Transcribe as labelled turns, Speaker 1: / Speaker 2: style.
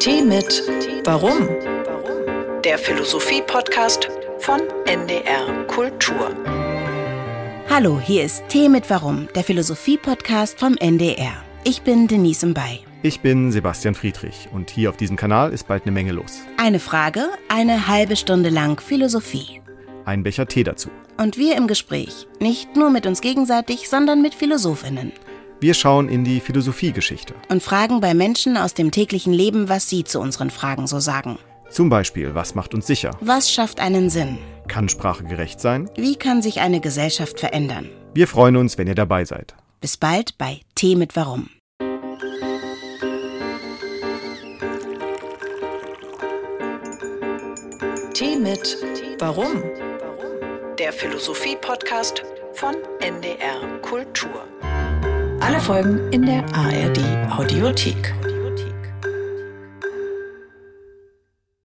Speaker 1: Tee mit Warum? Der Philosophie-Podcast von NDR Kultur.
Speaker 2: Hallo, hier ist Tee mit Warum, der Philosophie-Podcast vom NDR. Ich bin Denise Mbay.
Speaker 3: Ich bin Sebastian Friedrich und hier auf diesem Kanal ist bald eine Menge los.
Speaker 2: Eine Frage, eine halbe Stunde lang Philosophie.
Speaker 3: Ein Becher Tee dazu.
Speaker 2: Und wir im Gespräch, nicht nur mit uns gegenseitig, sondern mit Philosophinnen.
Speaker 3: Wir schauen in die Philosophiegeschichte.
Speaker 2: Und fragen bei Menschen aus dem täglichen Leben, was sie zu unseren Fragen so sagen.
Speaker 3: Zum Beispiel, was macht uns sicher?
Speaker 2: Was schafft einen Sinn?
Speaker 3: Kann Sprache gerecht sein?
Speaker 2: Wie kann sich eine Gesellschaft verändern?
Speaker 3: Wir freuen uns, wenn ihr dabei seid.
Speaker 2: Bis bald bei Tee mit Warum.
Speaker 1: Tee mit Warum? Der Philosophie-Podcast von NDR Kultur. Alle Folgen in der ARD Audiothek.